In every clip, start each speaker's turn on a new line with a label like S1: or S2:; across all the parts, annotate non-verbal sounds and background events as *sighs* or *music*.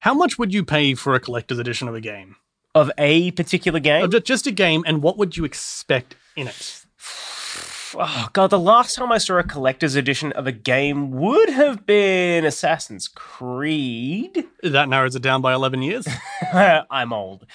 S1: How much would you pay for a collector's edition of a game?
S2: of a particular game.
S1: Of ju- Just a game, and what would you expect in it?
S2: Oh god, the last time I saw a collector's edition of a game would have been Assassin's Creed. *laughs*
S1: That narrows it down by 11 years.
S2: I'm old.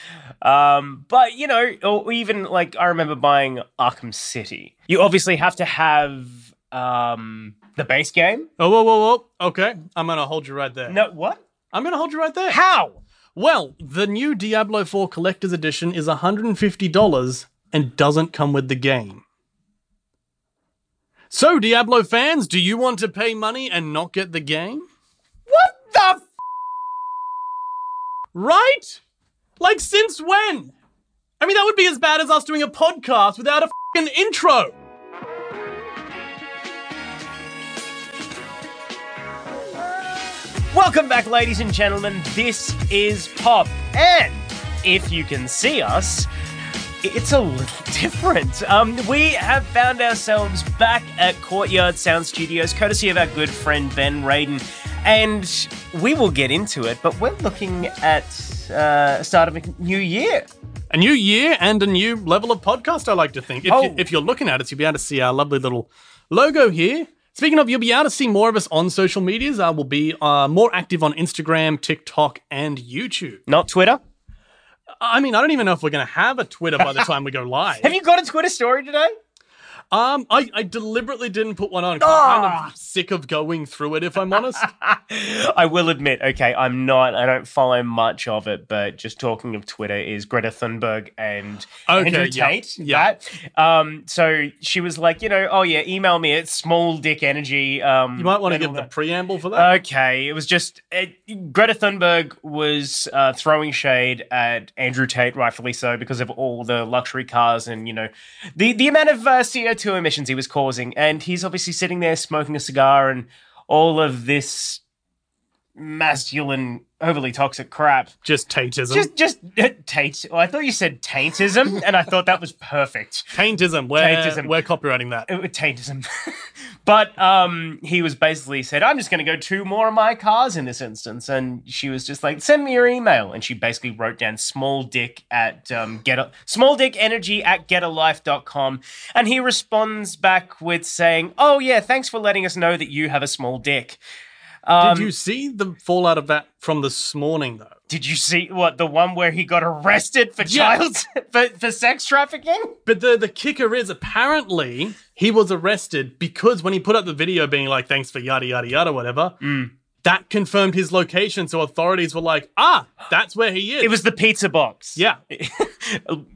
S2: Um, but, you know, or even like I remember buying Arkham City. You obviously have to have um, the base game.
S1: oh, whoa, whoa, whoa. Okay. I'm going to hold you right there.
S2: No, what?
S1: I'm going to hold you right there.
S2: How?
S1: Well, the new Diablo 4 Collector's Edition is $150 and doesn't come with the game. So, Diablo fans, do you want to pay money and not get the game?
S2: What the f-
S1: Right? Like, since when? I mean, that would be as bad as us doing a podcast without a fing intro.
S2: Welcome back, ladies and gentlemen. This is Pop. And if you can see us, it's a little *laughs* different. Um, we have found ourselves back at Courtyard Sound Studios, courtesy of our good friend Ben Radin. And we will get into it, but we're looking at uh, the start of a new year.
S1: A new year and a new level of podcast, I like to think. If, you,
S2: Oh.
S1: if you're looking at us, you'll be able to see our lovely little logo here. Speaking of, you'll be able to see more of us on social medias. I will be uh, more active on Instagram, TikTok, and YouTube.
S2: Not Twitter.
S1: I mean, I don't even know if we're going to have a Twitter by
S2: *laughs*
S1: the time we go live.
S2: Have you got a Twitter story today?
S1: Um, I, I deliberately didn't put one on. 'cause I'm kind
S2: Ah.
S1: of sick of going through it, if I'm
S2: *laughs*
S1: honest.
S2: I will admit, okay, I'm not, I don't follow much of it, but just talking of Twitter is Greta Thunberg and
S1: Okay,
S2: Andrew
S1: yeah,
S2: Tate.
S1: yeah.
S2: That. Um, so she was like, you know, oh yeah, email me at small dick energy. Um,
S1: You might want to give the preamble for that.
S2: Uh, Okay, it was just it, Greta Thunberg was uh, throwing shade at Andrew Tate, rightfully so, because of all the luxury cars and you know the the amount of uh, CO two emissions he was causing, and he's obviously sitting there smoking a cigar and all of this masculine, overly toxic crap.
S1: Just Tateism.
S2: Just, just uh, Tate. Well, I thought you said taintism, and I thought that was perfect.
S1: Taintism. We're,
S2: Taintism.
S1: We're copywriting that.
S2: Uh, taintism. *laughs* but um, he was basically said, I'm just going to go two more of my cars in this instance. And she was just like, send me your email. And she basically wrote down small dick at um, get a, small dick energy at getalife.com. And he responds back with saying, Oh, yeah, thanks for letting us know that you have a small dick. Um,
S1: Did you see the fallout of that from this morning, though?
S2: Did you see what the one where he got arrested for
S1: Yeah.
S2: child *laughs* for, for sex trafficking?
S1: But the, the kicker is apparently he was arrested because when he put up the video being like, thanks for yada, yada, yada, whatever,
S2: Mm.
S1: that confirmed his location. So authorities were like, ah, that's where he is.
S2: It was the pizza box.
S1: yeah.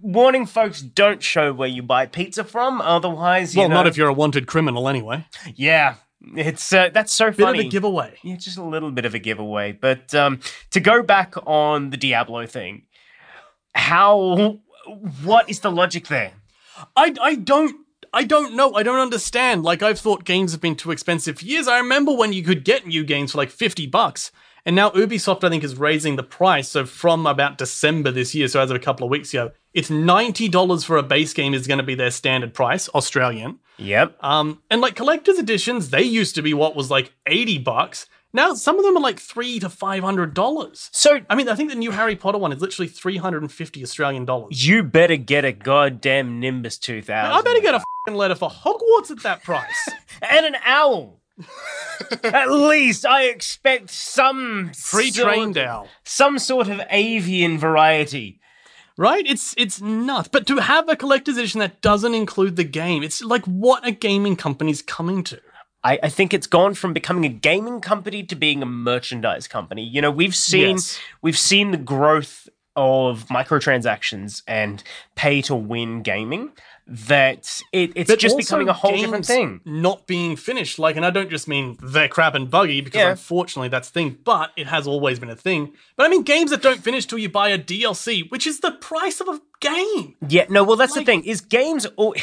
S2: Warning, folks, don't show where you buy pizza from. Otherwise, you
S1: Well,
S2: know,
S1: not if you're a wanted criminal anyway.
S2: Yeah, it's uh, that's so
S1: Bit
S2: funny.
S1: of a giveaway.
S2: yeah, just a little bit of a giveaway. But um, to go back on the Diablo thing, how? What is the logic there?
S1: I, I don't I don't know. I don't understand. Like I've thought games have been too expensive for years. I remember when you could get new games for like 50 bucks. And now Ubisoft I think is raising the price. So from about December this year, so as of a couple of weeks ago, it's $90 for a base game is going to be their standard price, Australian.
S2: Yep.
S1: Um and like collector's editions, they used to be what was like 80 bucks. Now some of them are like 3 to 500 dollars.
S2: So
S1: I mean, I think the new Harry Potter one is literally 350 Australian dollars.
S2: you better get a goddamn Nimbus two thousand.
S1: I better get a fing letter for Hogwarts at that
S2: *laughs*
S1: price.
S2: and an
S1: *laughs*
S2: owl. At least I expect some
S1: pre-trained
S2: sort,
S1: owl,
S2: some sort of avian variety.
S1: right? It's it's nuts. But to have a collector's edition that doesn't include the game, it's like what a gaming company's coming to.
S2: I, I think it's gone from becoming a gaming company to being a merchandise company. You know, we've seen
S1: Yes.
S2: we've seen the growth of microtransactions and pay to win gaming. That it, it's
S1: But
S2: just
S1: also
S2: becoming a whole different
S1: games
S2: thing.
S1: Not being finished, like, and I don't just mean they're crap and buggy because
S2: Yeah.
S1: unfortunately that's a thing, but it has always been a thing. But I mean games that don't finish till you buy a DLC, which is the price of a game.
S2: Yeah, no, well, that's the thing is games. Or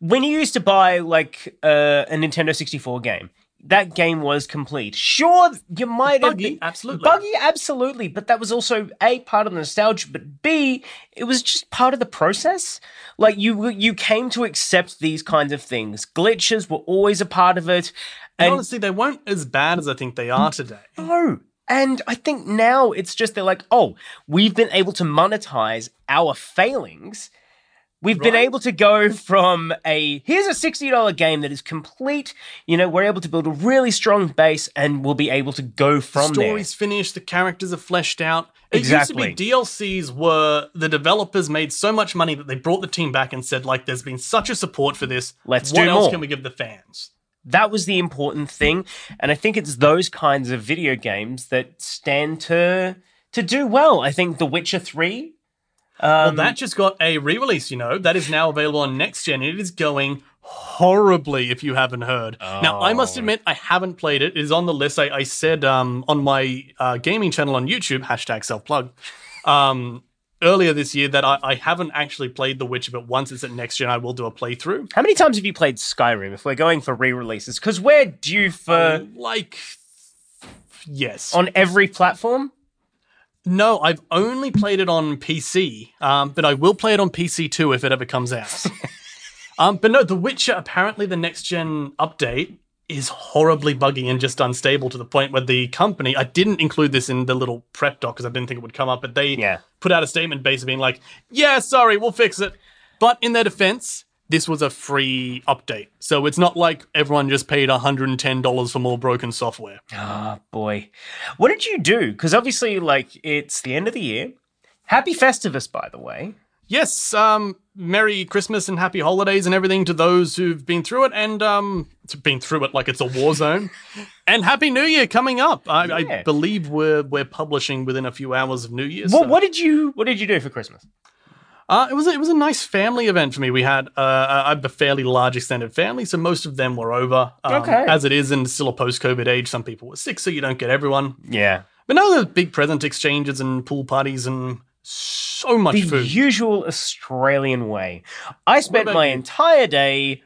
S2: when you used to buy like uh, a Nintendo sixty four game, that game was complete. Sure, you might have
S1: Buggy,
S2: been-
S1: absolutely.
S2: buggy, absolutely, but that was also a part of the nostalgia, but b it was just part of the process. Like you, you came to accept these kinds of things. Glitches were always a part of it,
S1: And
S2: and
S1: honestly, they weren't as bad as I think they are today.
S2: no, And I think now it's just they're like, oh, we've been able to monetize our failings. We've been
S1: Right.
S2: able to go from a here's a $60 game that is complete. You know, we're able to build a really strong base and we'll be able to go from there.
S1: story's finished, the characters are fleshed out. It
S2: Exactly.
S1: used to be DLCs were the developers made so much money that they brought the team back and said, like, there's been such a support for this.
S2: Let's
S1: what
S2: do
S1: else
S2: more."
S1: can we give the fans?
S2: That was the important thing. And I think it's those kinds of video games that stand to to do well. I think The Witcher 3.
S1: Well,
S2: Um,
S1: that just got a re-release, you know. That is now available on next gen. and It is going horribly if you haven't heard. Now, I must
S2: Oh.
S1: admit, I haven't played it. It is on the list. I, I said um, on my uh, gaming channel on YouTube, hashtag self-plug, um, earlier this year that I, I haven't actually played The Witcher, but once it's at next gen, I will do a playthrough.
S2: How many times have you played Skyrim if we're going for re releases? Because we're due
S1: Uh,
S2: for.
S1: like, yes.
S2: On every platform?
S1: no, I've only played it on PC, um, but I will play it on PC too if it ever comes out. *laughs* um, but no, The Witcher, apparently the next gen update is horribly buggy and just unstable to the point where the company, I didn't include this in the little prep doc because I didn't think it would come up, but they
S2: Yeah.
S1: put out a statement basically being like, yeah, sorry, we'll fix it. But in their defense, this was a free update. So it's not like everyone just paid $110 for more broken software.
S2: Ah, boy. What did you do? Because obviously, like, it's the end of the year. Happy Festivus, by the way.
S1: Yes, um, Merry Christmas and Happy Holidays and everything to those who've been through it and um, t- been through it like it's a war
S2: *laughs*
S1: zone. and Happy New Year coming up. I,
S2: Yeah.
S1: I believe we're we're publishing within a few hours of New Year's.
S2: Well, what did you What did you do for Christmas?
S1: Uh, it was a, it was a nice family event for me. We had uh, I have a fairly large extended family, so most of them were over. um,
S2: Okay.
S1: As it is, and still a post COVID age, some people were sick, so you don't get everyone.
S2: Yeah,
S1: But now there's big present exchanges and pool parties and so much
S2: the
S1: food.
S2: usual Australian way. I spent
S1: about
S2: my
S1: you?
S2: entire day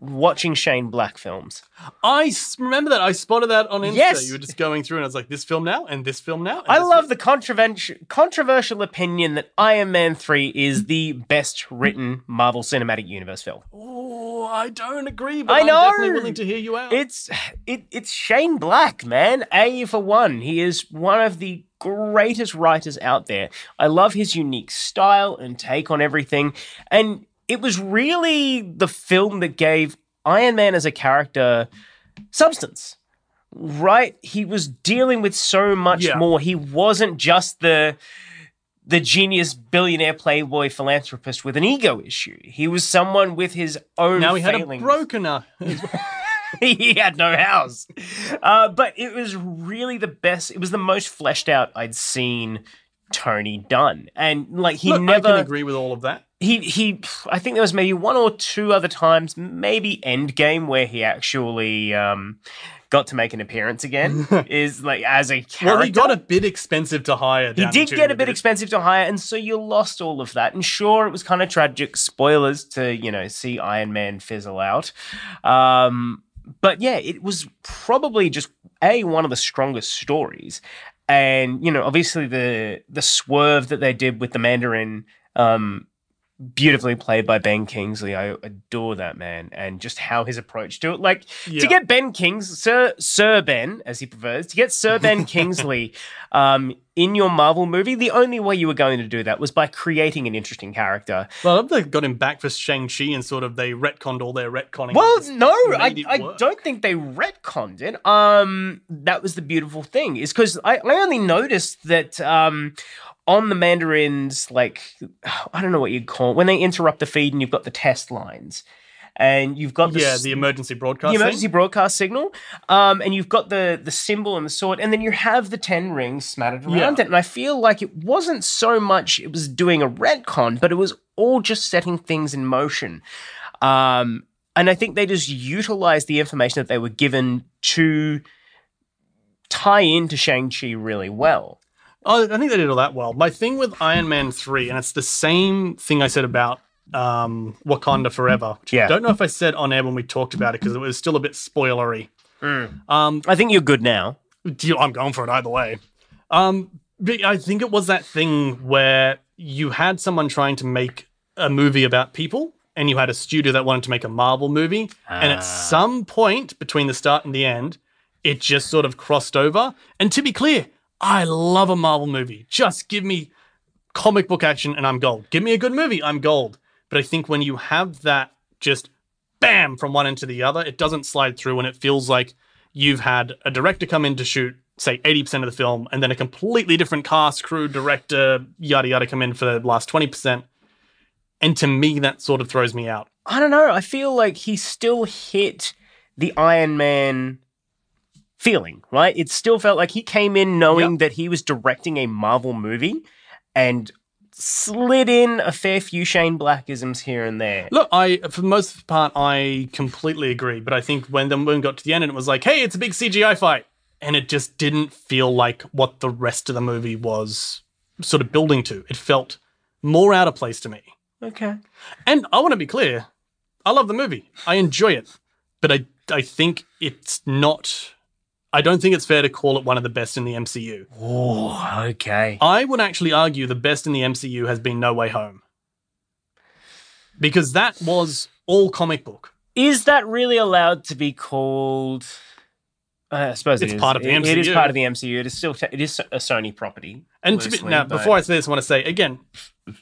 S2: watching Shane Black films.
S1: I s- remember that. I spotted that on Insta.
S2: Yes.
S1: You were just going through, and I was like, this film now, and this film now. and
S2: I
S1: this
S2: love the controversial controversial opinion that Iron Man Three is the best written Marvel Cinematic Universe film.
S1: Film. Oh, I don't agree, but
S2: I
S1: I
S2: know!
S1: am definitely willing to hear you out.
S2: It's it, it's Shane Black, man. A for one. He is one of the greatest writers out there. I love his unique style and take on everything. And it was really the film that gave Iron Man as a character substance. Right? He was dealing with so much
S1: Yeah.
S2: more. He wasn't just the the genius billionaire playboy philanthropist with an ego issue. He was someone with his own
S1: now he had a
S2: failings
S1: broken.
S2: *laughs*
S1: Uh,
S2: he had no house. Uh, but it was really the best. It was the most fleshed out I'd seen Tony done, and like he
S1: look, I can
S2: never
S1: agree with all of that.
S2: he he. I think there was maybe one or two other times, maybe Endgame, where he actually um, got to make an
S1: *laughs*
S2: appearance again. is like as a character.
S1: Well, he got a bit expensive to hire.
S2: He
S1: down
S2: did
S1: to
S2: get a
S1: the
S2: bit expensive to hire, and so you lost all of that. And sure, it was kind of tragic. Spoilers to you know see Iron Man fizzle out, um, but yeah, it was probably just a one of the strongest stories. And you know, obviously the the swerve that they did with the Mandarin, um, beautifully played by Ben Kingsley. I adore that man, and just how his approach to it, like
S1: Yeah.
S2: to get Ben Kings, Sir Sir Ben, as he prefers, to get
S1: *laughs*
S2: Sir Ben Kingsley um, in your Marvel movie, the only way you were going to do that was by creating an interesting character.
S1: Well, I love they got him back for Shang Chi, and sort of they retconned all their retconning.
S2: Well, no,
S1: made
S2: I,
S1: it
S2: I
S1: work.
S2: don't think they retconned it. Um, that was the beautiful thing, is because I, I only noticed that um, on the Mandarin's, like, I don't know what you'd call it, when they interrupt the feed and you've got the test lines. And you've got the
S1: yeah,
S2: s-
S1: the emergency broadcast.
S2: the
S1: thing.
S2: emergency broadcast signal, um, and you've got the the symbol and the sword, and then you have the ten rings smattered around
S1: Yeah.
S2: it. And I feel like it wasn't so much it was doing a retcon, but it was all just setting things in motion. Um, and I think they just utilized the information that they were given to tie into Shang Chi really well.
S1: Oh, I think they did all that well. My thing with Iron Man 3, and it's the same thing I said about um, Wakanda Forever. Which
S2: Yeah.
S1: I don't know if I said on air when we talked about it because it was still a bit spoilery. Um,
S2: I think you're good now.
S1: do you- I'm going for it either way. Um, but I think it was that thing where you had someone trying to make a movie about people, and you had a studio that wanted to make a Marvel movie. And
S2: Ah.
S1: at some point between the start and the end, it just sort of crossed over. And to be clear, I love a Marvel movie. Just give me comic book action and I'm gold. Give me a good movie, I'm gold. But I think when you have that just bam from one end to the other, it doesn't slide through and it feels like you've had a director come in to shoot, say, 80% of the film, and then a completely different cast, crew, director, yada yada come in for the last 20%. And to me, that sort of throws me out.
S2: I don't know. I feel like he still hit the Iron Man feeling, right? It still felt like he came in knowing
S1: Yep.
S2: that he was directing a Marvel movie and slid in a fair few Shane Blackisms here and there.
S1: Look, I for the most part I completely agree, but I think when the moon got to the end and it was like, hey, it's a big CGI fight, and it just didn't feel like what the rest of the movie was sort of building to. It felt more out of place to me.
S2: Okay.
S1: And I want to be clear, I love the movie. I enjoy it. But I I think it's not I don't think it's fair to call it one of the best in the MCU.
S2: Oh, okay.
S1: I would actually argue the best in the MCU has been No Way Home. Because that was all comic book.
S2: Is that really allowed to be called? Uh, I suppose it
S1: It's
S2: is.
S1: part of the
S2: It- It is
S1: MCU.
S2: part of the MCU. It is still te- it is a Sony property.
S1: And to be,
S2: loosely,
S1: now,
S2: but-
S1: before I say this, I want to say again,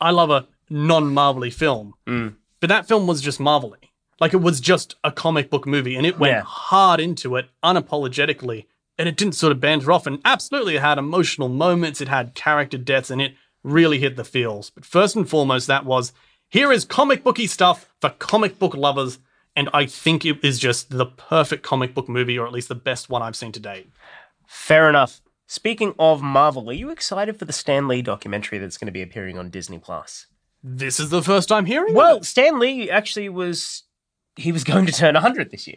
S1: I love a non-marvelly film,
S2: Mm.
S1: but that film was just marvelly. Like it was just a comic book movie, and it went
S2: Yeah.
S1: hard into it unapologetically, and it didn't sort of banter off. And absolutely, it had emotional moments, it had character deaths, and it really hit the feels. But first and foremost, that was here is comic booky stuff for comic book lovers. And I think it is just the perfect comic book movie, or at least the best one I've seen to date.
S2: Fair enough. Speaking of Marvel, are you excited for the Stan Lee documentary that's going to be appearing on Disney Plus?
S1: This is the first time hearing. of it.
S2: Well, Stan Lee actually was he was going to turn 100 this year.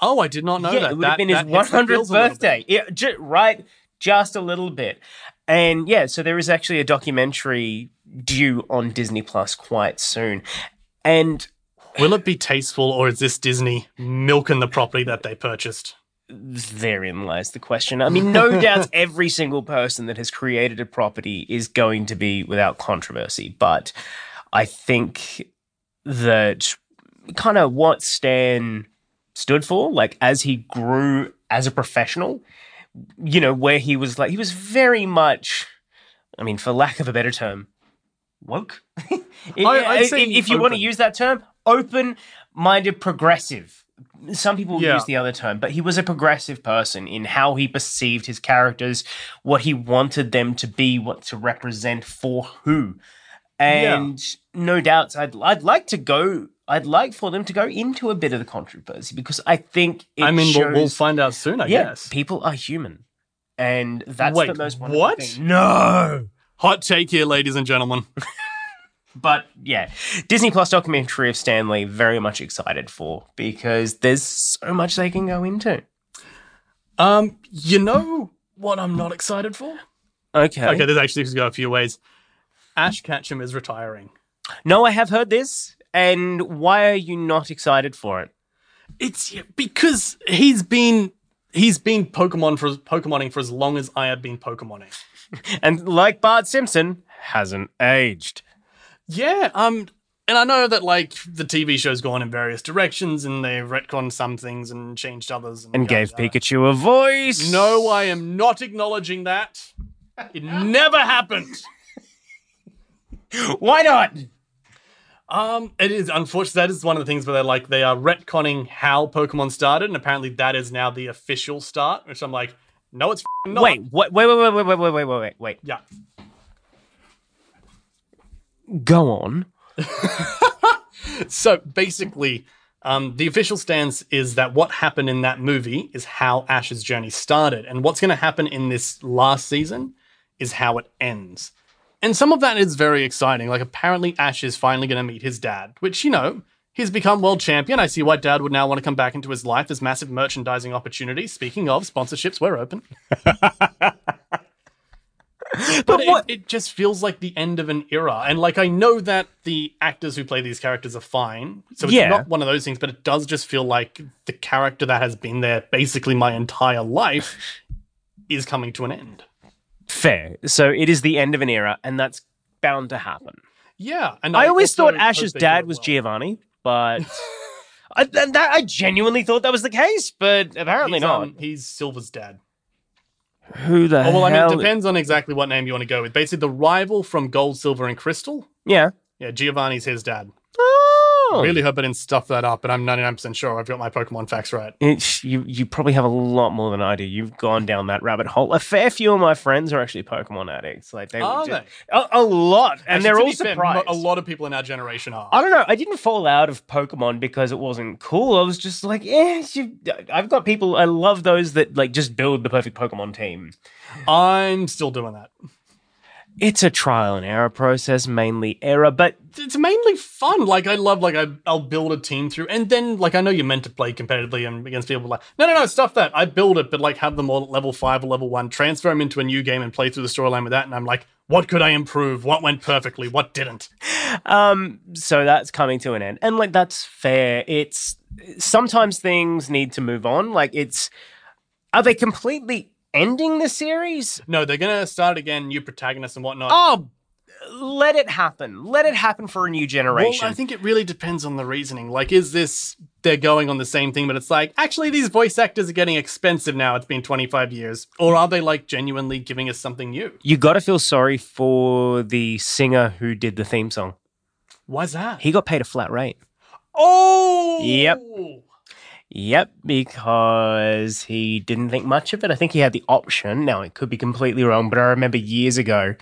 S1: Oh, I did not know
S2: yeah,
S1: that.
S2: it would
S1: That-
S2: have been his
S1: that hits the
S2: 100th
S1: feels a little bit.
S2: birthday. Yeah, ju- right, just a little bit. And yeah, so there is actually a documentary due on Disney Plus quite soon. And
S1: Will it be tasteful, or is this Disney milking the property that they purchased?
S2: therein lies the question. I
S1: *laughs*
S2: mean, no doubt every single person that has created a property is going to be without controversy, but I think that kind of what Stan stood for, like as he grew as a professional, you know, where he was like, he was very much, I mean, for lack of a better term, woke. *laughs*
S1: I'd say
S2: if you want to
S1: open.
S2: use that term, open minded progressive. Some people
S1: Yeah.
S2: use the other term, but he was a progressive person in how he perceived his characters, what he wanted them to be, what to represent for who. And no doubts, I'd, I'd like to go, I'd like for them to go into a bit of the controversy because I think it
S1: I mean, we'll, we'll
S2: shows-
S1: find out soon, I
S2: yeah,
S1: guess.
S2: people are human. And that's the
S1: Wait,
S2: most wonderful
S1: what?
S2: thing. No!
S1: Hot take here, ladies and gentlemen.
S2: But yeah, Disney Plus documentary of Stanley, very much excited for because there's so much they can go into.
S1: Um, you know what I'm not excited for?
S2: Okay.
S1: Okay, this actually could go a few ways. Ash Ketchum is retiring.
S2: No, I have heard this. And why are you not excited for it?
S1: It's because he's been he's been Pokemon for Pokemoning for as long as I have been Pokemoning.
S2: And like Bart Simpson, hasn't aged.
S1: Yeah, um, and I know that like the TV show's gone in various directions, and they've retconned some things and changed others,
S2: And
S1: yada,
S2: gave
S1: yada.
S2: Pikachu a voice.
S1: No, I am not acknowledging that. It never happened.
S2: Why not?
S1: Um, it is unfortunate. That is one of the things where they're like they are retconning how Pokemon started, and apparently that is now the official start. Which I'm like, no, it's f***ing not.
S2: Wait, wait, wait, wait, wait, wait, wait, wait, wait, wait,
S1: yeah,
S2: wait. Go on.
S1: So basically, um, the official stance is that what happened in that movie is how Ash's journey started, and what's going to happen in this last season is how it ends. And some of that is very exciting. Like apparently, Ash is finally going to meet his dad, which you know he's become world champion. I see why dad would now want to come back into his life. There's massive merchandising opportunities. Speaking of sponsorships, we're
S2: *laughs*
S1: open. But
S2: what-
S1: It, it just feels like the end of an era. And like I know that the actors who play these characters are fine. So it's
S2: Yeah.
S1: not one of those things, but it does just feel like the character that has been there basically my entire life
S2: *laughs*
S1: is coming to an end.
S2: Fair. So it is the end of an era, and that's bound to happen.
S1: Yeah. And
S2: I always
S1: also
S2: thought
S1: hope
S2: Ash's
S1: they do
S2: dad
S1: it
S2: was
S1: well.
S2: Giovanni, but
S1: *laughs*
S2: I, th- that, I genuinely thought that was the case, but apparently
S1: He's,
S2: not.
S1: um, he's Silver's dad.
S2: Who um, the
S1: Oh, well, I mean,
S2: hell?
S1: it depends on exactly what name you want to go with. Basically, the rival from Gold, Silver, and Crystal.
S2: yeah.
S1: Yeah, Giovanni's his dad.
S2: Oh.
S1: Really hope I didn't stuff that up, but I'm 99% sure I've got my Pokemon facts right.
S2: It's, you you probably have a lot more than I do. You've gone down that rabbit hole. A fair few of my friends are actually Pokemon addicts. Like they
S1: Are
S2: would just- A, a lot,
S1: Actually,
S2: and they're
S1: to
S2: all
S1: be fair,
S2: surprised.
S1: mo- a lot of people in our generation are.
S2: I don't know. I didn't fall out of Pokemon because it wasn't cool. I was just like, eh. You, I've got people. I love those that like just build the perfect Pokemon team.
S1: I'm still doing that.
S2: It's a trial and error process, mainly error, but
S1: It's mainly fun. Like I love, like I, I'll build a team through, and then like I know you're meant to play competitively and against people. Like no, no, no, stuff that. I build it, but like have them all at level five or level one. Transfer them into a new game and play through the storyline with that. And I'm like, what could I improve? What went perfectly? What didn't?
S2: Um, so that's coming to an end, and like that's fair. It's sometimes things need to move on. Like it's, are they completely ending the series?
S1: No, they're gonna start again, new protagonists and whatnot.
S2: Oh, let it happen. Let it happen for a new
S1: Well,
S2: generation.
S1: I think it really depends on the reasoning. Like, is this they're going on the same thing, but it's like, actually, these voice actors are getting expensive now. It's been 25 years. Or are they like genuinely giving us something new?
S2: you got to feel sorry for the singer who did the theme song.
S1: Why's that?
S2: He got paid a flat rate.
S1: Oh!
S2: Yep. Yep, because he didn't think much of it. I think he had the option. Now, it could be completely wrong, but I remember years ago,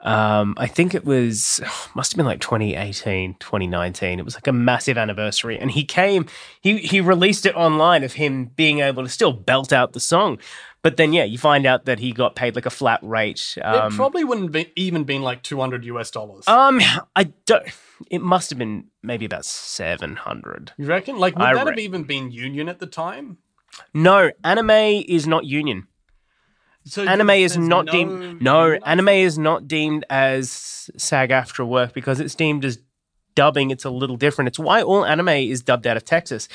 S2: um, I think it was, *sighs* must have been like 2018, 2019. It was like a massive anniversary. And he came, he, he released it online of him being able to still belt out the song. But then, yeah, you find out that he got paid like a flat rate.
S1: it
S2: Um,
S1: probably wouldn't be even been like 200 US dollars.
S2: um, I don't, it must have been maybe about 700.
S1: you reckon? Like, would
S2: I
S1: that have
S2: reckon.
S1: even been union at the time?
S2: No, anime is not union.
S1: So
S2: anime is
S1: there's
S2: not deemed no anime is not deemed as sag after work because it's deemed as dubbing it's a little different it's why all anime is dubbed out of texas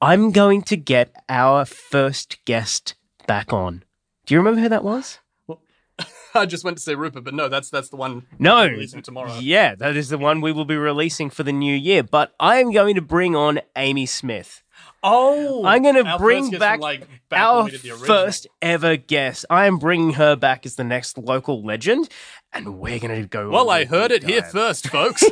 S2: i'm going to get our first guest back on do you remember who that was
S1: *laughs* I just went to say Rupert, but no, that's that's the one.
S2: no
S1: we're releasing tomorrow.
S2: yeah that is the one we will be releasing for the new year but i am going to bring on amy smith
S1: Oh,
S2: I'm gonna
S1: Our
S2: bring
S1: first guest
S2: back
S1: from, like, back when
S2: our
S1: we did the original.
S2: first ever guest i am bringing her back as the next local legend and we're going to go on
S1: Well,
S2: a
S1: I heard
S2: deep
S1: it here
S2: dive. *laughs*
S1: first, folks.
S2: Um,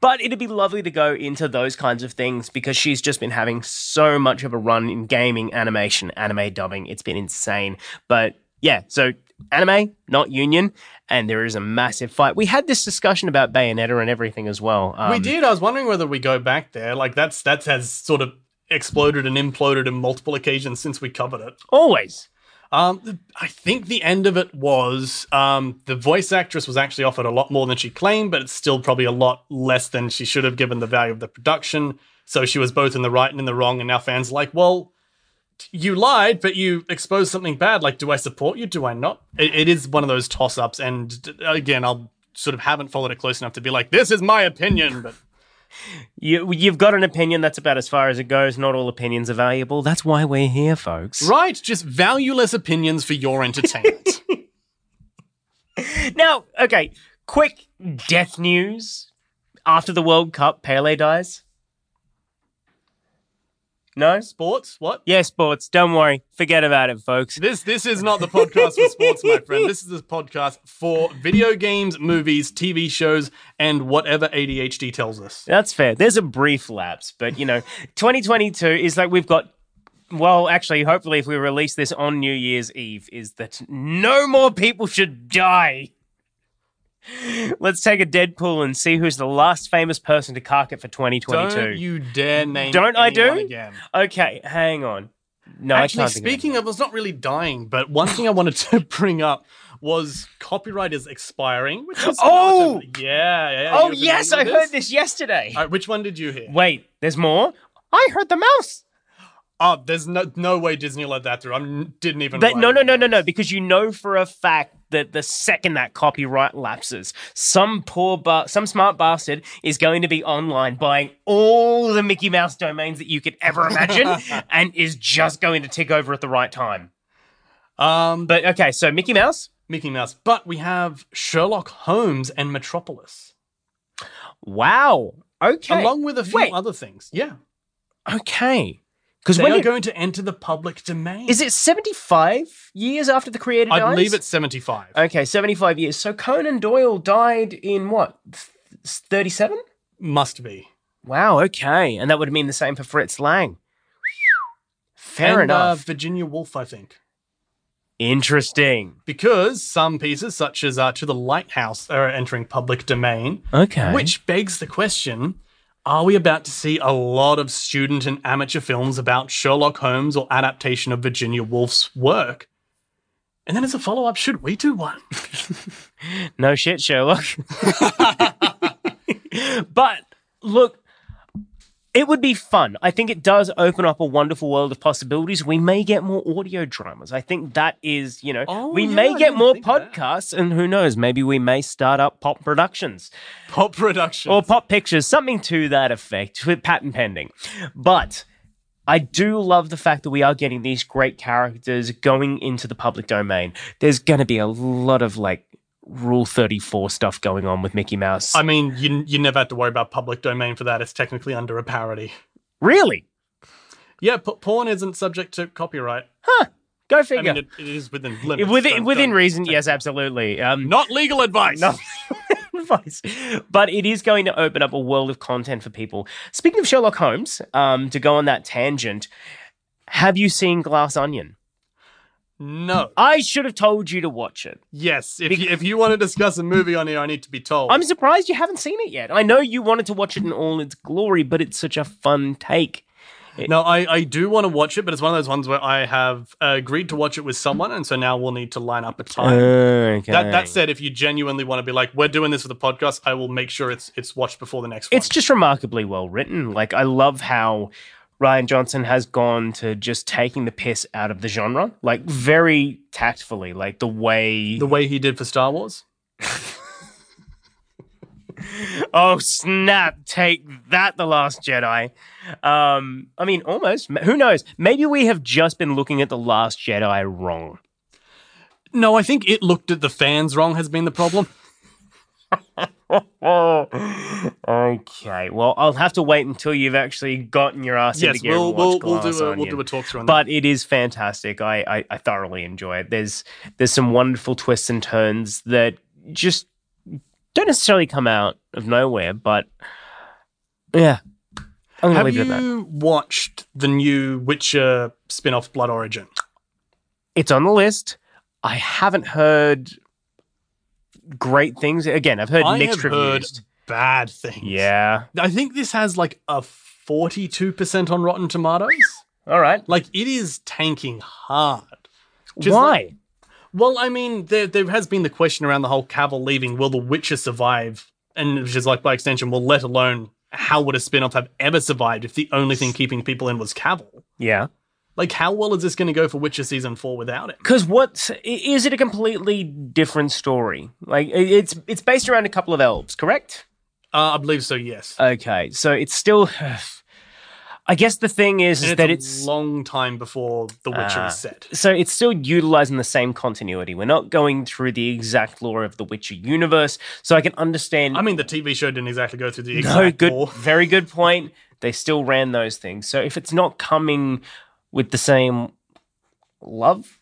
S2: but it'd be lovely to go into those kinds of things because she's just been having so much of a run in gaming, animation, anime dubbing. It's been insane. But yeah, so anime, not union, and there is a massive fight. We had this discussion about Bayonetta and everything as well. Um,
S1: we did. I was wondering whether we go back there. Like that's that has sort of exploded and imploded on multiple occasions since we covered it.
S2: always.
S1: Um, I think the end of it was um, the voice actress was actually offered a lot more than she claimed, but it's still probably a lot less than she should have given the value of the production. So she was both in the right and in the wrong, and now fans are like, well. You lied, but you exposed something bad. Like, do I support you? Do I not? It, it is one of those toss ups. And d- again, I'll sort of haven't followed it close enough to be like, this is my opinion. But
S2: You, you've got an opinion. That's about as far as it goes. Not all opinions are valuable. That's why we're here, folks.
S1: Right, just valueless opinions for your entertainment.
S2: Now, okay, quick death news. After the World Cup, Pele dies. No?
S1: sports? What?
S2: Yeah, sports. Don't worry. Forget about it, folks.
S1: This this is not the podcast for sports, my friend. This is the podcast for video games, movies, TV shows, and whatever ADHD tells us.
S2: That's fair. There's a brief lapse, but you know, 2022 is like we've got. Well, actually, hopefully, if we release this on New Year's Eve, is that no more people should die. Let's take a Deadpool and see who's the last famous person to cark it for 2022.
S1: Don't you dare name
S2: Don't I do?
S1: anyone again.
S2: Okay, hang on. No, I
S1: Actually,
S2: can't. think of it.
S1: speaking of, it's not really dying, but one thing I wanted to *laughs* bring up was copyright is expiring. Which is
S2: Oh!
S1: yeah, yeah, yeah.
S2: Oh
S1: You've been
S2: yes, I
S1: reading
S2: heard this yesterday.
S1: All right, which one did you hear?
S2: Wait, there's more. I heard the mouse.
S1: Oh, there's no no way Disney let that through. I am didn't even.
S2: But
S1: write
S2: no,
S1: it
S2: no, no, no,
S1: down.
S2: no, because you know for a fact that the second that copyright lapses, some poor ba- some smart bastard is going to be online buying all the Mickey Mouse domains that you could ever *laughs* imagine, and is just going to tick over at the right time.
S1: Um,
S2: But okay, so Mickey Mouse.
S1: Mickey Mouse, but we have Sherlock Holmes and Metropolis,
S2: Wow. Okay.
S1: along with a few
S2: Wait.
S1: other things. Yeah,
S2: okay. Because
S1: They
S2: when
S1: are
S2: did,
S1: going to enter the public domain.
S2: is it 75 years after the creator
S1: I
S2: dies?
S1: believe it's 75.
S2: Okay, 75 years. So Conan Doyle died in what? th- 37?
S1: Must be.
S2: Wow, okay. And that would mean the same for Fritz Lang. Fair
S1: And, Uh,
S2: enough.
S1: Virginia Woolf, I think.
S2: Interesting.
S1: Because some pieces, such as uh, To the Lighthouse, are entering public domain,
S2: Okay.
S1: which begs the question are we about to see a lot of student and amateur films about Sherlock Holmes or adaptation of Virginia Woolf's work? And then as a follow up, should we do one? *laughs*
S2: No shit, Sherlock. but look, it would be fun. I think it does open up a wonderful world of possibilities. We may get more audio dramas. I think that is, you know,
S1: Oh,
S2: we
S1: yeah,
S2: may
S1: I
S2: get
S1: didn't
S2: more
S1: think that.
S2: podcasts, and who knows, maybe we may start up pop productions
S1: Pop production.
S2: or pop pictures, something to that effect, with patent pending. But I do love the fact that we are getting these great characters going into the public domain. There's going to be a lot of like Rule 34 stuff going on with Mickey Mouse.
S1: I mean, you, you never have to worry about public domain for that. It's technically under a parody.
S2: really?
S1: Yeah, p- porn isn't subject to copyright.
S2: Go
S1: I
S2: figure.
S1: mean, it, it is within limits.
S2: within
S1: Don't-
S2: within
S1: don't-
S2: reason, yes, absolutely. Um,
S1: Not legal advice.
S2: No. *laughs* advice. But it is going to open up a world of content for people. Speaking of Sherlock Holmes, um, to go on that tangent, have you seen Glass Onion?
S1: No.
S2: I should have told you to watch it.
S1: Yes. If you, if you want to discuss a movie on here, I need to be told.
S2: I'm surprised you haven't seen it yet. I know you wanted to watch it in all its glory, but it's such a fun take.
S1: no, I, I do want to watch it, but it's one of those ones where I have uh, agreed to watch it with someone, and so now we'll need to line up a time.
S2: Okay.
S1: that, that said, if you genuinely want to be like, we're doing this for the podcast, I will make sure it's it's watched before the next one.
S2: it's just remarkably well written. Like I love how Ryan Johnson has gone to just taking the piss out of the genre, like very tactfully, like the way.
S1: the way he did for Star Wars.
S2: *laughs* oh snap! Take that, the Last Jedi. Um, I mean, almost. Who knows? Maybe we have just been looking at the Last Jedi wrong.
S1: No, I think it looked at the fans wrong has been the problem.
S2: okay. Well, I'll have to wait until you've actually gotten your ass
S1: yes,
S2: into gear
S1: we'll
S2: and watch
S1: we'll, we'll
S2: Glass
S1: do a, we'll
S2: Onion.
S1: do a talk through on that.
S2: But it is fantastic. I, I I thoroughly enjoy it. There's there's some wonderful twists and turns that just don't necessarily come out of nowhere, but yeah. I'm gonna
S1: Have
S2: leave
S1: you
S2: it at that.
S1: watched the new Witcher spin-off Blood Origin?
S2: It's on the list. I haven't heard great things. Again, I've heard
S1: I
S2: mixed
S1: have heard
S2: reviews.
S1: bad things.
S2: Yeah.
S1: I think this has like a 42% on Rotten Tomatoes.
S2: All right.
S1: Like it is tanking hard. Just
S2: Why?
S1: like- well, I mean, there there has been the question around the whole Cavill leaving, will the Witcher survive? And which is like by extension, well, let alone how would a spin-off have ever survived if the only thing keeping people in was Cavill?
S2: yeah.
S1: Like how well is this going to go for Witcher season 4 without him?
S2: Because what is it a completely different story? Like i- it's it's based around a couple of elves, correct?
S1: Uh, I believe so, yes.
S2: Okay, so it's still. *sighs* I guess the thing is, is
S1: and it's
S2: that
S1: a
S2: it's
S1: long time before The Witcher
S2: Ah.
S1: is set.
S2: so it's still utilizing the same continuity. We're not going through the exact lore of the Witcher universe, so I can understand.
S1: I mean, the TV show didn't exactly go through the
S2: *laughs* no
S1: exact
S2: good,
S1: lore.
S2: very good point. They still ran those things. So if it's not coming with the same love,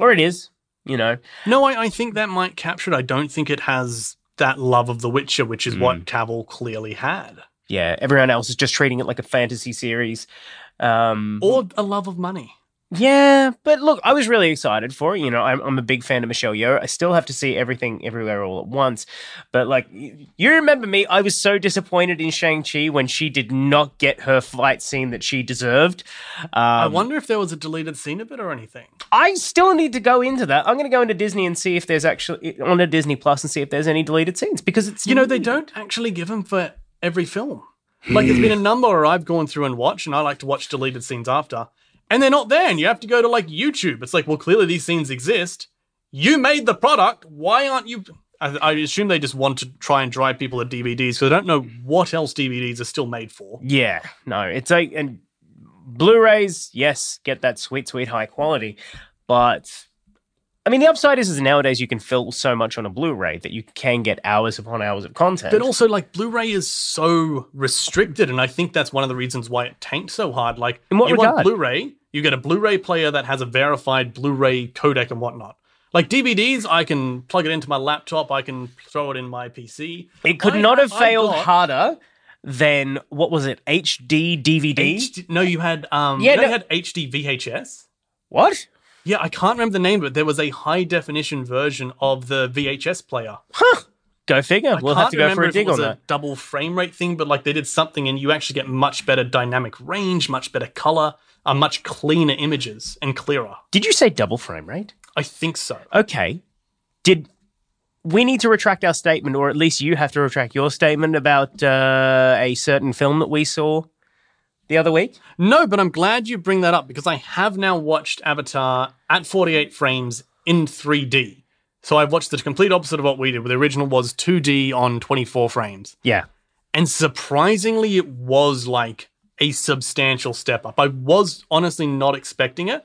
S2: or it is, you know,
S1: No, I, I think that might capture it. I don't think it has that love of The Witcher, which is what Cavill clearly had,
S2: yeah, everyone else is just treating it like a fantasy series. Um,
S1: or a love of money.
S2: yeah, but look, I was really excited for it. You know, I'm, I'm a big fan of Michelle Yeoh. I still have to see everything everywhere all at once. But like, y- you remember me? I was so disappointed in Shang Chi when she did not get her fight scene that she deserved. Um,
S1: I wonder if there was a deleted scene of it or anything.
S2: I still need to go into that. I'm going to go into Disney and see if there's actually on a Disney Plus and see if there's any deleted scenes because it's
S1: You know, they don't actually give them for every film. Like, there's been a number where I've gone through and watched, and I like to watch deleted scenes after, and they're not there, and you have to go to like YouTube. It's like, well, clearly these scenes exist. You made the product. Why aren't you? I, I assume they just want to try and drive people to DVDs because I don't know what else DVDs are still made for.
S2: Yeah, no, it's like and Blu-rays, yes, get that sweet, sweet high quality, but I mean, the upside is, is nowadays you can fill so much on a Blu-ray that you can get hours upon hours of content.
S1: But also, like, Blu-ray is so restricted, and I think that's one of the reasons why it tanked so hard. Like,
S2: In what
S1: you
S2: regard?
S1: want Blu-ray, you get a Blu-ray player that has a verified Blu-ray codec and whatnot. Like DVDs, I can plug it into my laptop, I can throw it in my PC.
S2: it could
S1: I-
S2: not have
S1: I
S2: failed
S1: got-
S2: harder than what was it? HD DVD?
S1: HD no, you had um,
S2: Yeah,
S1: yeah, no,
S2: no-
S1: you had HD VHS.
S2: what?
S1: Yeah, I can't remember the name, but there was a high definition version of the VHS player.
S2: Go figure. we'll
S1: can't
S2: have to go
S1: remember
S2: for a
S1: if it
S2: dig on
S1: was
S2: that.
S1: Double frame rate thing, but like they did something, and you actually get much better dynamic range, much better color, uh, much cleaner images and clearer.
S2: Did you say double frame rate?
S1: I think so.
S2: Okay. Did we need to retract our statement, or at least you have to retract your statement about uh, a certain film that we saw the other week?
S1: No, but I'm glad you bring that up because I have now watched Avatar at 48 frames in 3D. So I've watched the complete opposite of what we did. where The original was 2D on 24 frames.
S2: Yeah.
S1: And surprisingly, it was like a substantial step up. I was honestly not expecting it.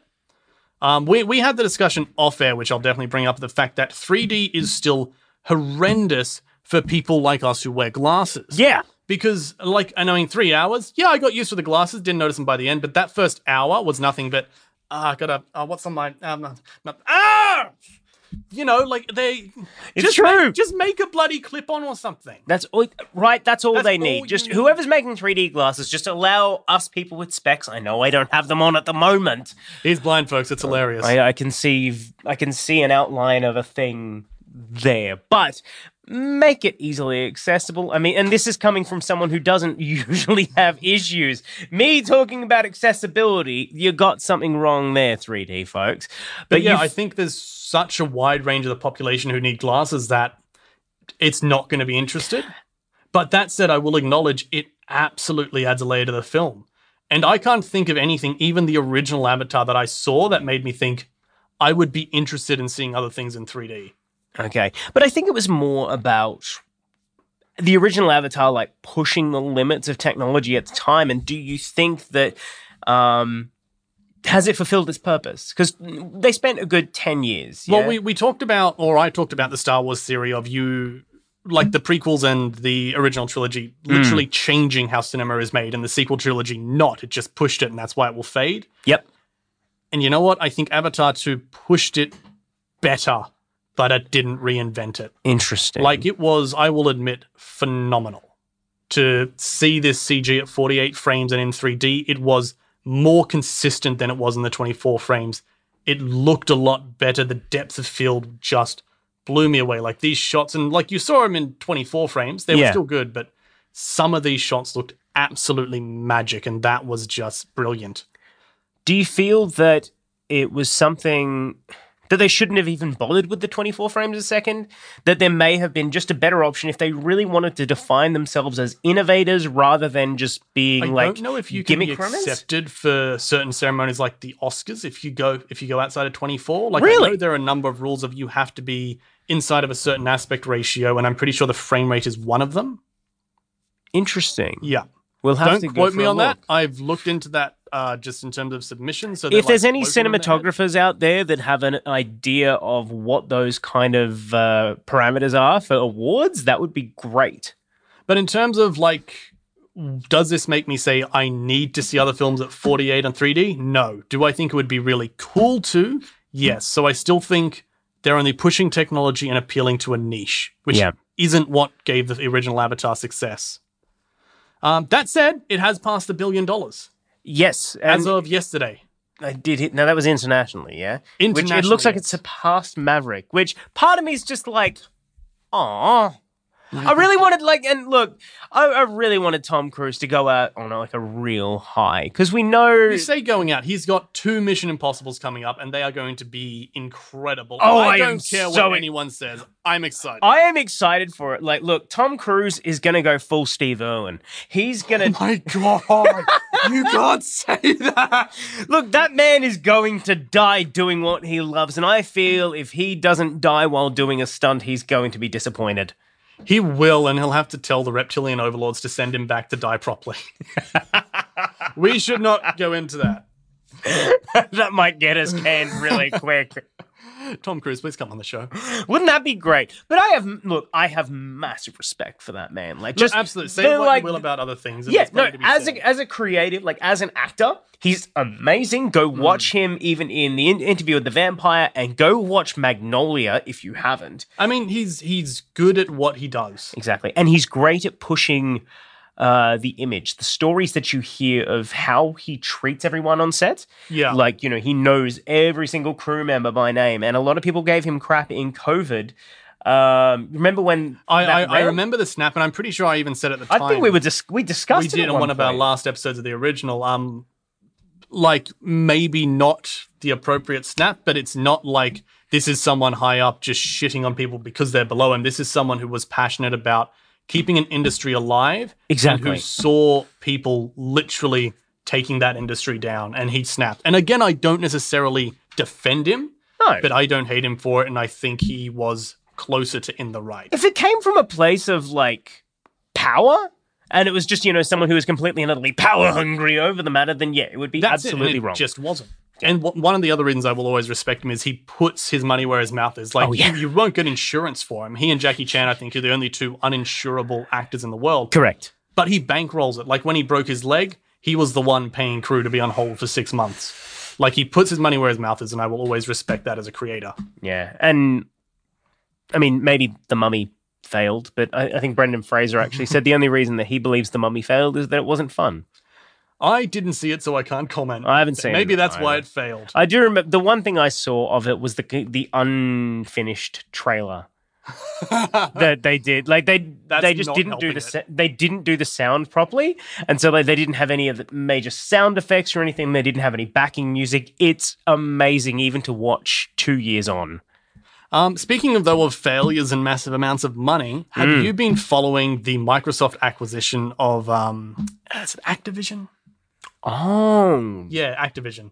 S1: Um, we, we had the discussion off air, which I'll definitely bring up the fact that 3D is still horrendous for people like us who wear glasses.
S2: Yeah.
S1: Because, like, I know in three hours, yeah, I got used to the glasses, didn't notice them by the end, but that first hour was nothing but, ah, gotta, uh, what's on my, um, uh, not- ah! You know, like, they.
S2: It's
S1: just
S2: true.
S1: Make, just make a bloody clip on or something.
S2: That's all, right. That's all
S1: That's
S2: they
S1: all
S2: need.
S1: you
S2: just
S1: need.
S2: whoever's making 3D glasses, just allow us people with specs. I know I don't have them on at the moment.
S1: He's blind, folks. It's hilarious.
S2: I, I can see, v- I can see an outline of a thing there, but make it easily accessible. I mean, and this is coming from someone who doesn't *laughs* usually have issues. Me talking about accessibility, you got something wrong there, 3D folks. But,
S1: But yeah,
S2: you've-
S1: I think there's such a wide range of the population who need glasses that it's not going to be interested. But that said, I will acknowledge it absolutely adds a layer to the film. And I can't think of anything, even the original Avatar that I saw, that made me think I would be interested in seeing other things in 3D.
S2: Okay. But I think it was more about the original Avatar, like pushing the limits of technology at the time. And do you think that, um, has it fulfilled its purpose? Because they spent a good 10 years. yeah?
S1: Well, we, we talked about, or I talked about the Star Wars theory of you, like the prequels and the original trilogy,
S2: Mm.
S1: literally changing how cinema is made, and the sequel trilogy not. It just pushed it, and that's why it will fade.
S2: Yep.
S1: And you know what? I think Avatar 2 pushed it better, but it didn't reinvent it.
S2: Interesting.
S1: Like it was, I will admit, phenomenal. To see this CG at 48 frames and in 3D, it was more consistent than it was in the 24 frames. It looked a lot better. The depth of field just blew me away. Like these shots, and like you saw them in 24 frames, they
S2: Yeah.
S1: were still good, but some of these shots looked absolutely magic, and that was just brilliant.
S2: do you feel that it was something that they shouldn't have even bothered with the 24 frames a second? That there may have been just a better option if they really wanted to define themselves as innovators rather than just being
S1: I
S2: like
S1: don't know if you can
S2: gimmick
S1: be
S2: runners?
S1: accepted for certain ceremonies like the Oscars if you go if you go outside of 24. Like
S2: Really?
S1: I know there are a number of rules of you have to be inside of a certain aspect ratio, and I'm pretty sure the frame rate is one of them.
S2: Interesting.
S1: Yeah,
S2: We'll have to
S1: don't
S2: go
S1: quote
S2: for
S1: me
S2: a
S1: on that.
S2: look.
S1: I've looked into that uh, just in terms of submissions. So they're,
S2: If there's
S1: like,
S2: any
S1: floating in the head.
S2: cinematographers out there that have an idea of what those kind of uh, parameters are for awards, that would be great.
S1: But in terms of like, does this make me say I need to see other films at 48 and 3D? No. Do I think it would be really cool to? Yes. So I still think they're only pushing technology and appealing to a niche, which
S2: Yeah.
S1: isn't what gave the original Avatar success. Um, that said, it has passed a billion dollars
S2: Yes, and
S1: as of yesterday.
S2: I did hit. Now that was internationally, yeah. which it
S1: Internationally,
S2: looks like
S1: yes.
S2: it surpassed Maverick. Which part of me is just like, oh, I
S1: *laughs*
S2: really wanted like, and look, I, I really wanted Tom Cruise to go out on like a real high because we know.
S1: You say going out, he's got two Mission Impossibles coming up, and they are going to be incredible.
S2: Oh, I
S1: I
S2: am
S1: don't care
S2: so-
S1: what anyone says. I'm excited.
S2: I am excited for it. Like, look, Tom Cruise is gonna go full Steve Irwin. He's gonna
S1: my god! you can't say that.
S2: *laughs* look. That man is going to die doing what he loves, and I feel if he doesn't die while doing a stunt, he's going to be disappointed. *laughs*
S1: He will, and he'll have to tell the reptilian overlords to send him back to die properly. *laughs* we should not go into that. *laughs*
S2: that might get us canned really quick.
S1: Tom Cruise, please come on the show.
S2: Wouldn't that be great? But I have look, I I have massive respect for that man. Like just
S1: Just absolutely. Say
S2: they're
S1: what
S2: like-
S1: you will about other things. and
S2: yeah,
S1: it's
S2: no,
S1: going to be
S2: as
S1: said.
S2: a, as a creative, like as an actor, he's amazing. Go
S1: Mm.
S2: watch him even in the in- interview with the vampire and go watch Magnolia if you haven't.
S1: I mean, he's he's good at what he does.
S2: Exactly. And he's great at pushing uh, the image, the stories that you hear of how he treats everyone on set.
S1: Yeah.
S2: Like, you know, he knows every single crew member by name. And a lot of people gave him crap in COVID. Um, remember when
S1: I, I,
S2: that
S1: I
S2: rail-
S1: remember the snap, and I'm pretty sure I even said at the time.
S2: I think we were dis- we discussed
S1: we
S2: it
S1: did
S2: at
S1: in one, of our
S2: point.
S1: last episodes of the original. Um, like maybe not the appropriate snap, but it's not like this is someone high up just shitting on people because they're below him. This is someone who was passionate about keeping an industry alive
S2: Exactly.
S1: and who saw people literally taking that industry down, and he snapped. And again, I don't necessarily defend him,
S2: No.
S1: but I don't hate him for it, and I think he was closer to in the right.
S2: if it came from a place of like power and it was just you know someone who was completely and utterly power hungry over the matter then yeah it would be
S1: That's it, and
S2: absolutely
S1: it
S2: wrong
S1: Just wasn't. And w- one of the other reasons I will always respect him is he puts his money where his mouth is. Like
S2: Oh, yeah.
S1: you, you won't get insurance for him. He and Jackie Chan, I think, are the only two uninsurable actors in the world.
S2: correct
S1: But he bankrolls it. Like when he broke his leg, he was the one paying crew to be on hold for six months. Like he puts his money where his mouth is, and I will always respect that as a creator.
S2: yeah and i mean maybe the mummy failed but i, I think brendan fraser actually said the only reason that he believes the mummy failed is that it wasn't fun
S1: I didn't see it, so I can't comment.
S2: I haven't seen
S1: Maybe
S2: it
S1: that's why
S2: either.
S1: it failed.
S2: i do remember the one thing i saw of it was the the unfinished trailer
S1: *laughs*
S2: that they did. Like they
S1: That's
S2: they just
S1: not
S2: didn't do
S1: helping
S2: the
S1: it.
S2: sa- they didn't do the sound properly, and so like, they didn't have any of the major sound effects or anything. They didn't have any backing music. It's amazing even to watch two years on.
S1: Um, speaking of though of failures and massive amounts of money, have you been following the Microsoft acquisition of um, is it Activision?
S2: Oh,
S1: Yeah, Activision.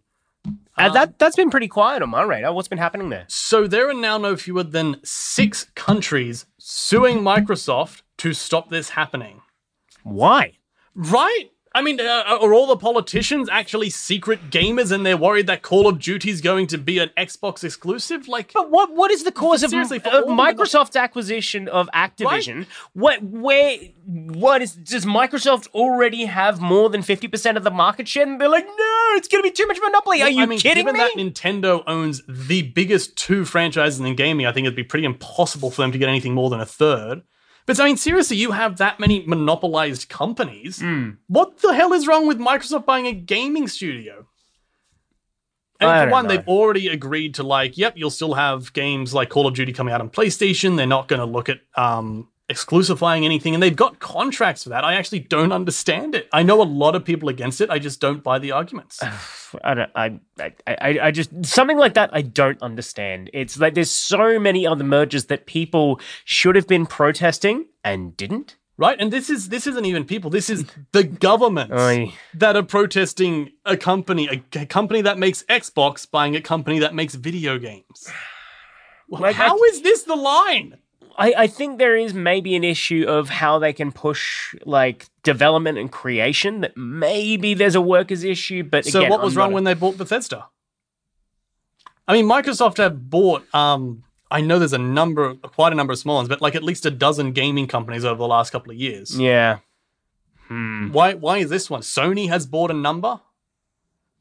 S2: and that that's been pretty quiet on my radar. What's been happening there?
S1: So there are now no fewer than six countries suing Microsoft to stop this happening.
S2: Why?
S1: Right? I mean, uh, are all the politicians actually secret gamers and they're worried that Call of Duty's going to be an Xbox exclusive? Like,
S2: But what what is the cause of,
S1: Seriously, for
S2: of
S1: all of the-
S2: Microsoft's acquisition of Activision? What where what is does Microsoft already have more than fifty percent of the market share? And they're like, no, it's going to be too much monopoly. Are you
S1: I mean,
S2: kidding me?
S1: given that Nintendo owns the biggest two franchises in gaming, I think it'd be pretty impossible for them to get anything more than a third. But I mean, seriously, you have that many monopolized companies.
S2: Hmm.
S1: What the hell is wrong with Microsoft buying a gaming studio? And
S2: I
S1: for
S2: don't
S1: one,
S2: know.
S1: they've already agreed to like, yep, you'll still have games like Call of Duty coming out on PlayStation. They're not going to look at um, exclusifying anything, and they've got contracts for that. I actually don't understand it. I know a lot of people against it. I just don't buy the arguments.
S2: I don't. I, I. I. I just something like that. I don't understand. It's like there's so many other mergers that people should have been protesting and didn't.
S1: right? And this is this isn't even people. This is the governments
S2: *laughs* Aye.
S1: that are protesting a company, a, g- company that makes Xbox buying a company that makes video
S2: *sighs*
S1: games. Well,
S2: Like,
S1: how is this the line?
S2: I. I think there is maybe an issue of how they can push like development and creation. That maybe there's a workers issue, but
S1: So
S2: again,
S1: what was
S2: I'm
S1: wrong
S2: not
S1: when they bought Bethesda? I mean, Microsoft have bought. Um, I know there's a number, quite a number of small ones, but like at least a dozen gaming companies over the last couple of years.
S2: a- Yeah. Hmm.
S1: Why? Why is this one? Sony has bought a number.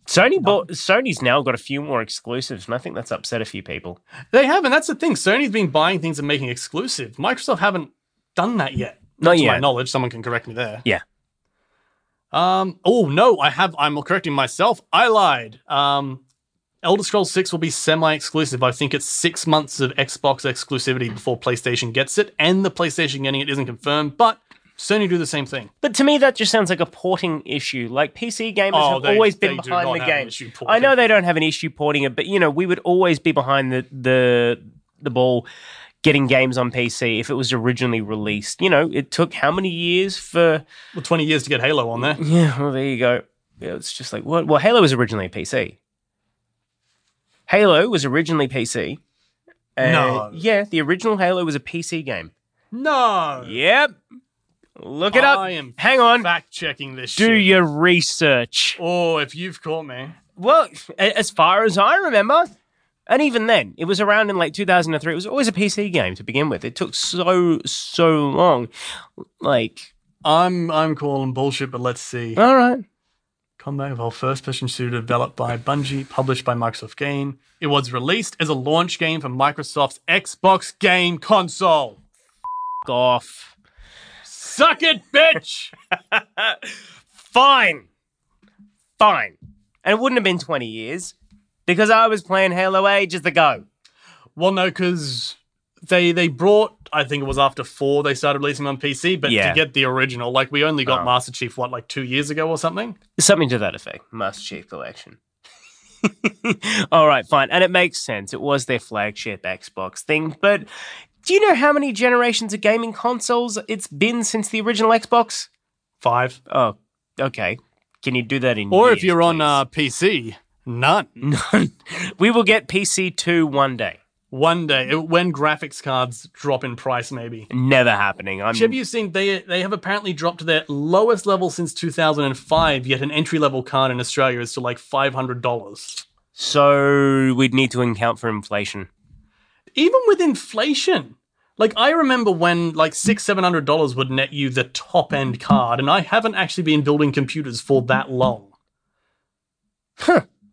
S2: Sony bought. Sony's now got a few more exclusives, and I think that's upset a few people.
S1: They have, and that's the thing. Sony's been buying things and making exclusive. Microsoft haven't done that yet. to
S2: Not
S1: my
S2: yet.
S1: knowledge. Someone can correct me there.
S2: Oh, Yeah.
S1: Um. Oh no, I have. I'm correcting myself. I lied. Um. Elder Scrolls 6 will be semi-exclusive. I think it's six months of Xbox exclusivity before PlayStation gets it, and the PlayStation getting it isn't confirmed. But Sony do the same thing.
S2: But to me, that just sounds like a porting issue. Like PC gamers
S1: Oh,
S2: have
S1: they-
S2: always been
S1: they do
S2: behind
S1: not
S2: the
S1: have an
S2: game.
S1: issue
S2: I
S1: porting.
S2: know they don't have an issue porting it, but you know we would always be behind the the the ball getting games on PC if it was originally released. You know, it took how many years for?
S1: Well, 20 years to get Halo on
S2: *laughs*
S1: there.
S2: Yeah, well, there you go. Yeah, It's just like what? Well, Halo was originally a PC. Halo was originally PC. Uh,
S1: No.
S2: Yeah, the original Halo was a PC game.
S1: No.
S2: Yep. Look it up.
S1: I am
S2: Hang on.
S1: Fact checking this
S2: Do
S1: shit.
S2: your research.
S1: Oh, if you've caught me.
S2: Well, a- as far as I remember, And even then, it was around in like 2003. It was always a PC game to begin with. It took so, so long. Like,
S1: I'm I'm calling bullshit, but let's see.
S2: all right.
S1: Combat Evolve first person shooter developed by Bungie, published by Microsoft Game. It was released as a launch game for Microsoft's Xbox game console.
S2: F- off.
S1: Suck it, bitch! *laughs*
S2: Fine. Fine. And it wouldn't have been 20 years because I was playing Halo ages ago.
S1: well, no, because they they brought I think it was after four they started releasing on PC, but
S2: Yeah.
S1: to get the original, like we only got
S2: Oh.
S1: Master Chief what like two years ago or something.
S2: Something to that effect. Master Chief Collection. *laughs* All right, fine. And it makes sense. It was their flagship Xbox thing. But do you know how many generations of gaming consoles it's been since the original Xbox?
S1: Five.
S2: Oh, okay. Can you do that in
S1: Or
S2: years,
S1: if you're on
S2: please?
S1: uh, PC, none.
S2: *laughs* None. we will get PC2 one day.
S1: One day, it- when graphics cards drop in price, maybe.
S2: Never happening. I'm
S1: Have you seen they they have apparently dropped their lowest level since 2005? Yet an entry level card in Australia is to like five hundred dollars.
S2: so we'd need to account for inflation.
S1: Even with inflation, like I remember when like six seven hundred dollars would net you the top end card, and I haven't actually been building computers for that long.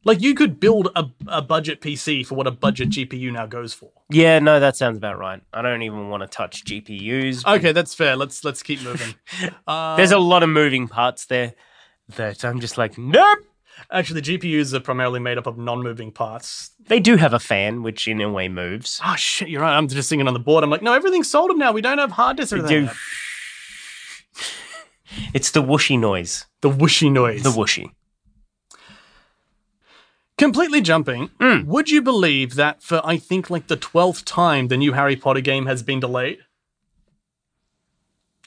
S1: Like you could build a, a budget PC for what a budget GPU now goes for.
S2: Yeah, no, that sounds about right. I don't even want to touch GPUs.
S1: Okay, that's fair. Let's let's keep *laughs* moving. Uh,
S2: There's a lot of moving parts there that I'm just like, nope.
S1: actually, the GPUs are primarily made up of non-moving parts.
S2: They do have a fan, which in a way moves.
S1: oh shit, you're right. I'm just thinking on the board. I'm like, no, everything's soldered now. We don't have hard disks.
S2: They do. It's the whooshy noise.
S1: The whooshy noise.
S2: The whooshy.
S1: Completely jumping.
S2: Mm.
S1: Would you believe that for I think like the twelfth time the new Harry Potter game has been delayed?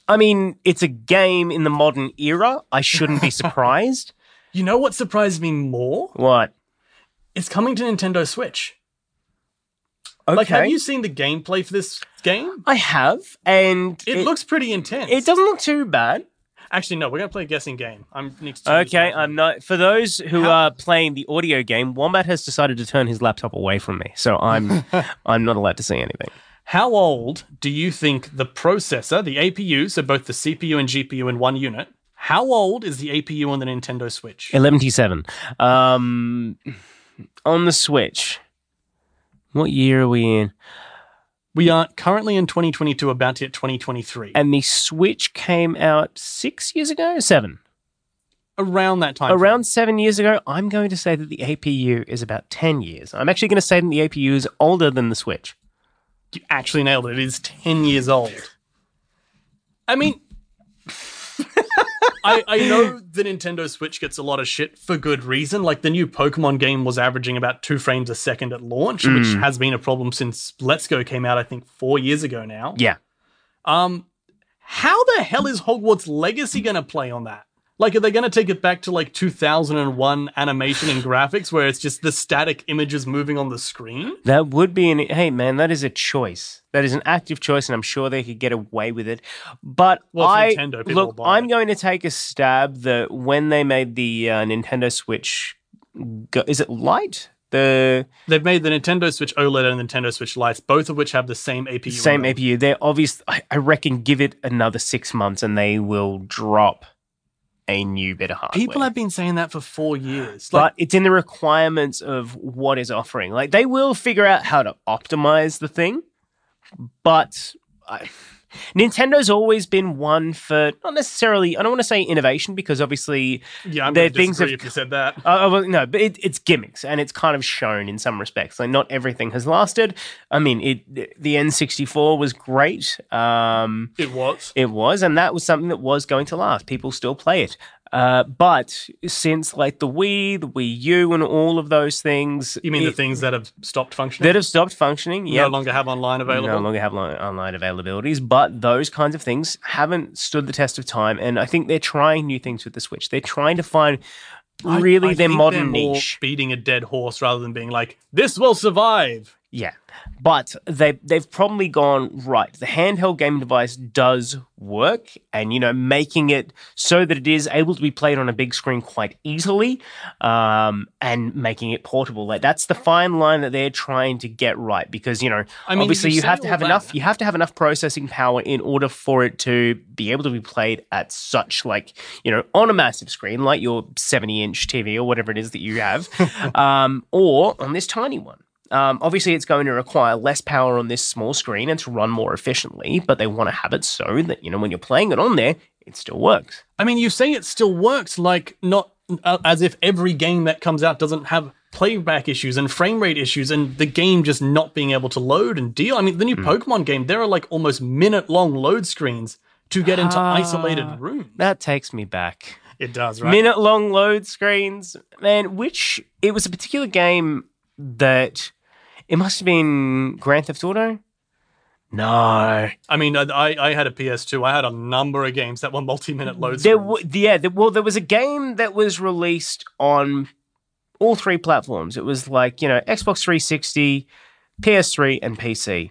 S2: I mean, it's a game in the modern era. I shouldn't *laughs* be surprised.
S1: You know what surprised me more?
S2: what?
S1: It's coming to Nintendo Switch.
S2: Okay.
S1: Like, have you seen the gameplay for this game?
S2: I have, and
S1: It, looks pretty intense.
S2: It doesn't look too bad.
S1: Actually, no, we're gonna play a guessing game. I'm next. To
S2: Okay, I'm not. For those who
S1: How-
S2: are playing the audio game, Wombat has decided to turn his laptop away from me, so *laughs* I'm I'm not allowed to see anything.
S1: How old do you think the processor, the APU, so both the CPU and GPU in one unit? How old is the APU on the Nintendo Switch?
S2: Eleven T seven. Um, on the Switch. What year are we in?
S1: We are currently in 2022, about to hit 2023.
S2: And the Switch came out six years ago, seven.
S1: around that time. frame.
S2: Around seven years ago, I'm going to say that the APU is about ten years. I'm actually going to say that the APU is older than the Switch.
S1: You actually nailed it. It is 10 years old. I mean, *laughs* I, I know the Nintendo Switch gets a lot of shit for good reason. Like, the new Pokemon game was averaging about two frames a second at launch, which has been a problem since Let's Go came out, I think, four years ago now.
S2: Yeah.
S1: Um, how the hell is Hogwarts Legacy going to play on that? Like, are they going to take it back to like 2001 animation and graphics where it's just the static images moving on the screen?
S2: That would be an hey man, that is a choice. That is an active choice, and I'm sure they could get away with it. But
S1: Well,
S2: I
S1: it's Nintendo, people will
S2: look,
S1: buy
S2: I'm
S1: it.
S2: going to take a stab that when they made the uh, Nintendo Switch, go, is it light? The
S1: They've made the Nintendo Switch OLED and Nintendo Switch Lights, both of which have the same APU.
S2: same
S1: on them.
S2: APU. They're obvious. I, I reckon give it another six months, and they will drop a new bit of hardware.
S1: People have been saying that for four years. Like,
S2: but it's in the requirements of what is offering. Like they will figure out how to optimize the thing, but I, Nintendo's always been one for not necessarily. I don't want to say innovation because obviously,
S1: yeah, I'm
S2: there
S1: going
S2: are
S1: to
S2: things
S1: disagree
S2: have-
S1: if you said that.
S2: uh, uh, well, no, but it, it's gimmicks and it's kind of shown in some respects. Like not everything has lasted. I mean, it the N64 was great. Um,
S1: It was.
S2: it was, and that was something that was going to last. People still play it. Uh, but since like the Wii, the Wii U, and all of those things,
S1: You mean
S2: it-
S1: the things that have stopped functioning?
S2: that have stopped functioning, yeah,
S1: No longer have online available.
S2: no longer have li- online availabilities. But those kinds of things haven't stood the test of time, and I think they're trying new things with the Switch. They're trying to find
S1: I-
S2: really
S1: I
S2: their
S1: think
S2: modern
S1: they're more
S2: niche.
S1: Beating a dead horse rather than being like, this will survive.
S2: Yeah, but they they've probably gone right. The handheld gaming device does work, and you know, making it so that it is able to be played on a big screen quite easily, um, and making it portable. Like that's the fine line that they're trying to get right, because you know,
S1: I mean,
S2: obviously
S1: you
S2: you,
S1: say
S2: have to
S1: all
S2: have
S1: that-
S2: enough. You have to have enough processing power in order for it to be able to be played at such like you know on a massive screen, like your seventy-inch TV or whatever it is that you have, um, or on this tiny one. Um, obviously, it's going to require less power on this small screen and to run more efficiently, but they want to have it so that, you know, when you're playing it on there, it still works.
S1: I mean, you say it still works, like not uh, as if every game that comes out doesn't have playback issues and frame rate issues and the game just not being able to load and deal. I mean, the new Pokemon game, there are like almost minute long load screens to get into
S2: Ah.
S1: isolated rooms.
S2: That takes me back.
S1: It does, right?
S2: Minute long load screens, man, which it was a particular game that it must have been Grand Theft Auto? No.
S1: I mean, I, I- I had a PS2. I had a number of games that were multi-minute load
S2: There,
S1: screens.
S2: w- yeah, there, well, there was a game that was released on all three platforms. It was like you know Xbox 360, PS3, and PC.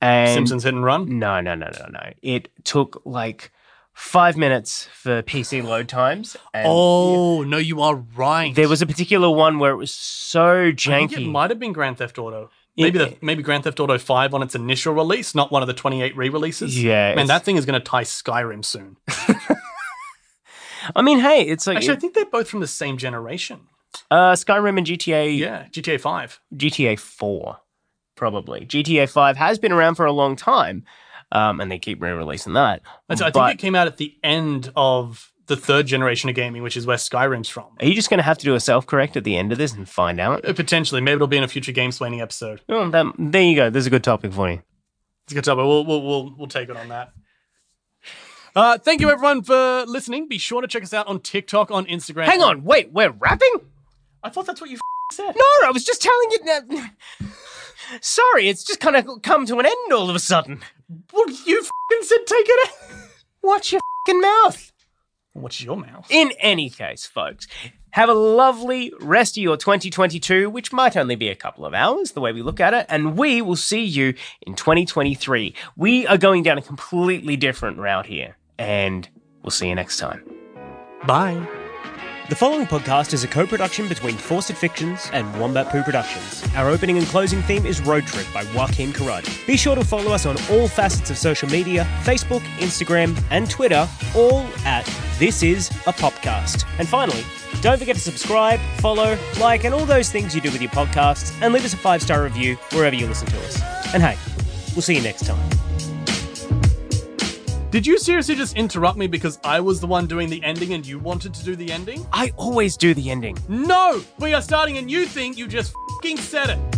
S2: And
S1: Simpsons Hit and Run.
S2: No, no, no, no, no. It took like five minutes for PC load times. And
S1: Oh no, you are right.
S2: There was a particular one where it was so
S1: I think
S2: janky.
S1: It might have been Grand Theft Auto.
S2: Yeah.
S1: Maybe the maybe Grand Theft Auto Five on its initial release, not one of the twenty eight re releases.
S2: Yeah,
S1: man,
S2: it's-
S1: that thing is going to tie Skyrim soon.
S2: I mean, hey, it's like
S1: Actually, I think they're both from the same generation.
S2: uh, Skyrim and GTA
S1: Yeah, GTA Five.
S2: GTA 4, probably. GTA 5 has been around for a long time, um, and they keep re releasing that.
S1: That's, I
S2: But
S1: think it came out at the end of the third generation of gaming, which is where Skyrim's from.
S2: are you just going to have to do a self correct at the end of this and find out?
S1: Uh, Potentially, maybe it'll be in a future Game Slaney episode.
S2: Oh, that, there you go. There's a good topic for you.
S1: It's a good topic. We'll, we'll, we'll, we'll take it on that. Uh, thank you, everyone, for listening. Be sure to check us out on TikTok, on Instagram.
S2: Hang on. Wait, we're rapping?
S1: I thought that's what you f- said.
S2: No, I was just telling you. That... *laughs* Sorry, it's just kind of come to an end all of a sudden.
S1: Well, you f***ing said take it out.
S2: Watch your fing mouth.
S1: What's your mouth?
S2: In any case, folks, have a lovely rest of your 2022, which might only be a couple of hours, the way we look at it, and we will see you in 2023. We are going down a completely different route here, and we'll see you next time.
S1: Bye.
S3: The following podcast is a co production between Fawcett Fictions and Wombat Poo Productions. Our opening and closing theme is Road Trip by Joaquin Karaji. Be sure to follow us on all facets of social media Facebook, Instagram, and Twitter, all at This Is a Popcast. And finally, don't forget to subscribe, follow, like, and all those things you do with your podcasts, and leave us a five star review wherever you listen to us. And hey, we'll see you next time.
S1: Did you seriously just interrupt me because I was the one doing the ending and you wanted to do the ending?
S2: I always do the ending.
S1: No! We are starting a new thing. You just f***ing said it.